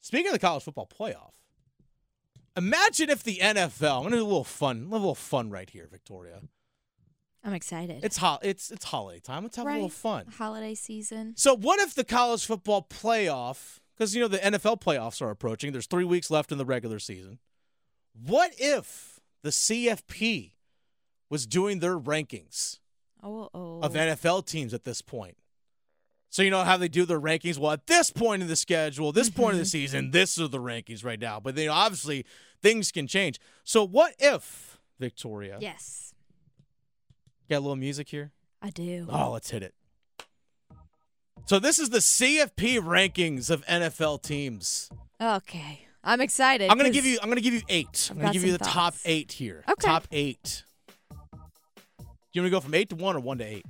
Speaking of the college football playoff, imagine if the NFL. I'm gonna do a little fun, a little fun right here, Victoria. I'm excited. It's hot. It's it's holiday time. Let's have a little Right. fun. Holiday season. So, what if the college football playoff? Because you know the NFL playoffs are approaching. There's three weeks left in the regular season. What if the CFP was doing their rankings? Oh, oh. of NFL teams at this point. So you know how they do their rankings. Well, at this point in the schedule, this point of Mm-hmm. the season, this are the rankings right now. But then obviously things can change. So what if Victoria? Yes, Got a little music here. I do. Oh, let's hit it. So this is the CFP rankings of NFL teams. Okay, I'm excited. I'm gonna 'cause give you. I'm gonna give you eight. I'm gonna got give you the some top thoughts. eight here. Okay. Top eight. You want me to go from eight to one or one to eight?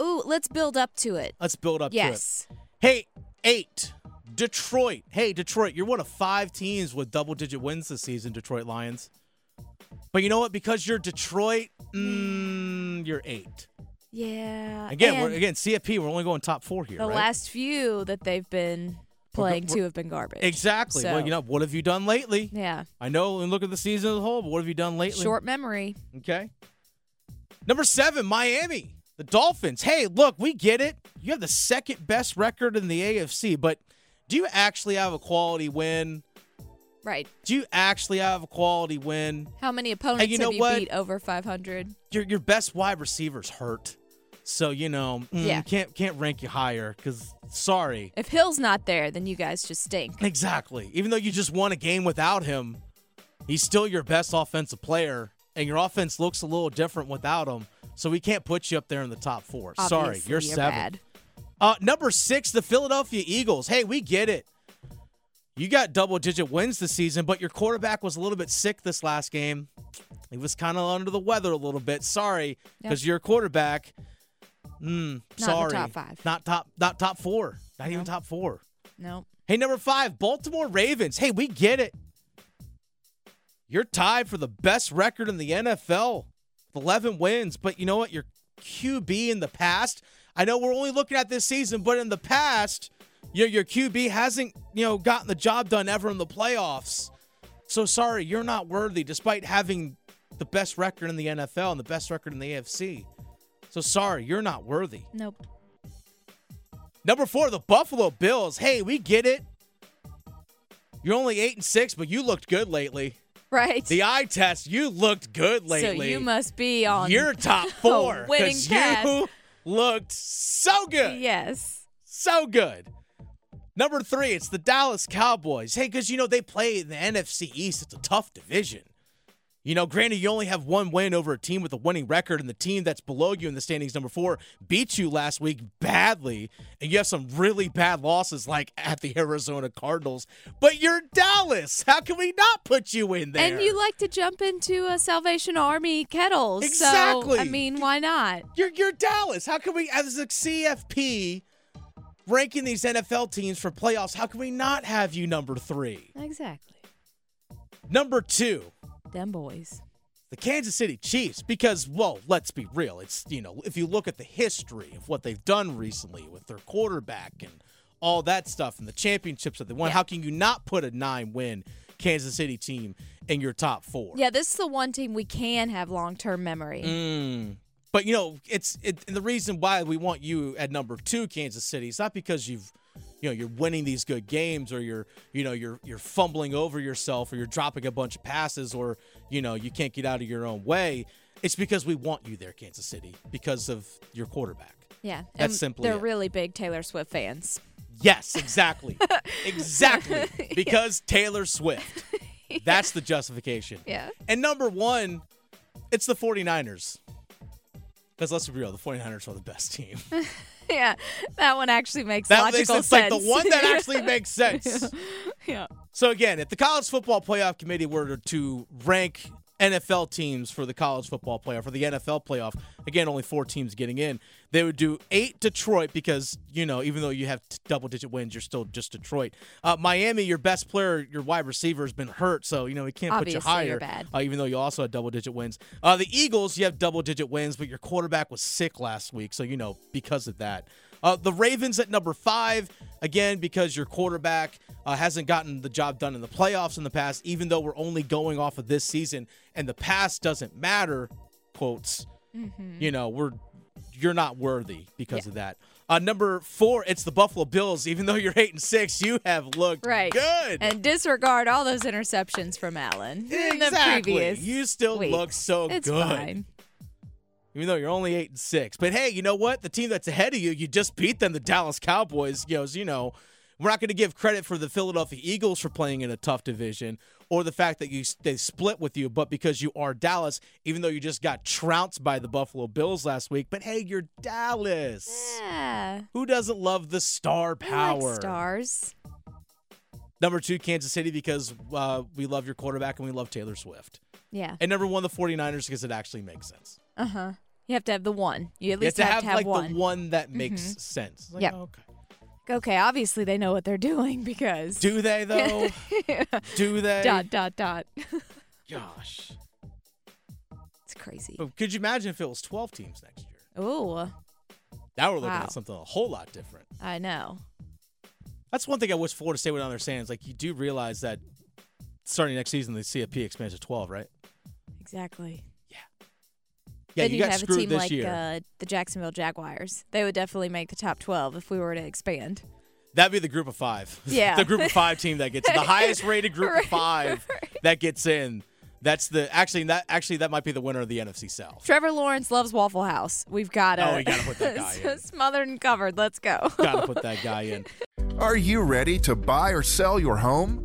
Ooh, let's build up to it. Let's build up to it. yes. Hey, eight. Detroit. Hey, Detroit, you're one of five teams with double digit wins this season, Detroit Lions. But you know what? Because you're Detroit, mm, you're eight. Yeah. Again, we're, Uh, and again, CFP, we're only going top four here. the right? last few that they've been playing to have been garbage. Exactly. Well, So, you know, what have you done lately? Yeah. I know, and look at the season as a whole, but what have you done lately? Short memory. Okay. Number seven, Miami. The Dolphins. Hey, look, we get it. You have the second best record in the AFC, but do you actually have a quality win? Right. Do you actually have a quality win? How many opponents you know have you what? beat over 500? Your your best wide receivers hurt, so you know mm, Yeah. can't can't rank you higher because sorry. If Hill's not there, then you guys just stink. Exactly. Even though you just won a game without him, he's still your best offensive player, and your offense looks a little different without him. So we can't put you up there in the top four. sorry, Obviously, you're seven. Bad. Uh, number six, the Philadelphia Eagles. Hey, we get it. You got double digit wins this season, but your quarterback was a little bit sick this last game. He was kind of under the weather a little bit. Sorry, Yep. because your quarterback. Mm, the sorry, top five. Not top. Not top four. Not even top four. Nope. Hey, number five, Baltimore Ravens. Hey, we get it. You're tied for the best record in the NFL, with 11 wins. But you know what? Your QB in the past. I know we're only looking at this season, but in the past, you know, your QB hasn't you know gotten the job done ever in the playoffs. So sorry, you're not worthy, despite having the best record in the NFL and the best record in the AFC. So sorry, you're not worthy. Nope. Number four, the Buffalo Bills. Hey, we get it. You're only eight and six, but you looked good lately. Right. The eye test, you looked good lately. So you must be on You're top four winning because path. you looked so good, Yes. so good. Number three, it's the Dallas Cowboys. Hey, because you know they play in the NFC East. It's a tough division. You know, granted, you only have one win over a team with a winning record, and the team that's below you in the standings, number four, beat you last week badly, and you have some really bad losses, like at the Arizona Cardinals. But you're Dallas. How can we not put you in there? And you like to jump into a Salvation Army kettle. So, I Exactly. mean, why not? You're you're Dallas. How can we, as a CFP, ranking these NFL teams for playoffs? How can we not have you number three? Exactly. Number two, Them boys. the Kansas City Chiefs, because well, let's be real. It's you know, if you look at the history of what they've done recently with their quarterback and all that stuff and the championships that they won, Yeah. how can you not put a nine-win Kansas City team in your top four? Yeah, this is the one team we can have long term memory. Mm. But you know, it's it, and the reason why we want you at number two, Kansas City, is not because you've, you know, you're winning these good games or you're, you know, you're you're fumbling over yourself or you're dropping a bunch of passes or you know you can't get out of your own way. It's because we want you there, Kansas City, because of your quarterback. Yeah. That's and simply They're it. really big Taylor Swift fans. Yes, exactly, exactly, because Taylor Swift. That's the justification. Yeah. And number one, it's the 49ers. Because let's be real, the 49ers are the best team. yeah. That one actually makes That makes logical it's like sense. the one that actually makes sense. yeah. So again, if the college football playoff committee were to rank NFL teams for the college football playoff for the NFL playoff, again, only four teams getting in, they would do eight Detroit because you know even though you have t- double digit wins, you're still just Detroit. Uh, Miami, your best player, your wide receiver has been hurt, so you know we can't put you Obviously, higher. you're bad. Uh, even though you also had double digit wins, uh, the Eagles, you have double digit wins, but your quarterback was sick last week, so you know because of that. Uh, the Ravens at number five, again, because your quarterback uh, hasn't gotten the job done in the playoffs in the past, even though we're only going off of this season and the past doesn't matter, quotes. You know, we're you're not worthy because of that. Uh, number four, it's the Buffalo Bills. Even though you're eight and six, you have looked Right. good. And disregard all those interceptions from Allen in the exactly. previous. you still week. look so it's good fine. even though you're only eight and six. But hey, you know what? The team that's ahead of you, you just beat them, the Dallas Cowboys. You know, as you know, we're not going to give credit for the Philadelphia Eagles for playing in a tough division, or the fact that you they split with you. But because you are Dallas, even though you just got trounced by the Buffalo Bills last week, but hey, you're Dallas. Yeah. Who doesn't love the star We power? Like stars. Number two, Kansas City, because uh, we love your quarterback and we love Taylor Swift. Yeah. And number one, the 49ers, because it actually makes sense. Uh huh. You have to have the one. You at You least have, to have like one. Mm-hmm. the one that makes sense. It's Like, oh, Yep. okay. Okay, obviously they know what they're doing because Do they though? Do they? dot dot dot. Gosh. It's crazy. But could you imagine if it was 12 teams next year? Ooh, Now we're looking Wow. at something a whole lot different. I know. That's one thing I wish Florida State would understand. Is like you do realize that starting next season the CFP expands to 12, right? Exactly. Yeah, then you would got have screwed a team this like year. Uh, the Jacksonville Jaguars. They would definitely make the top 12 if we were to expand. That'd be the group of five. Yeah. the group of five team that gets in. the highest rated group Right, of five that gets in. That's the actually that actually that might be the winner of the NFC South. Trevor Lawrence loves Waffle House. We've got to Oh, we gotta put that guy in. smothered and covered. Let's go. Gotta put that guy in. Are you ready to buy or sell your home?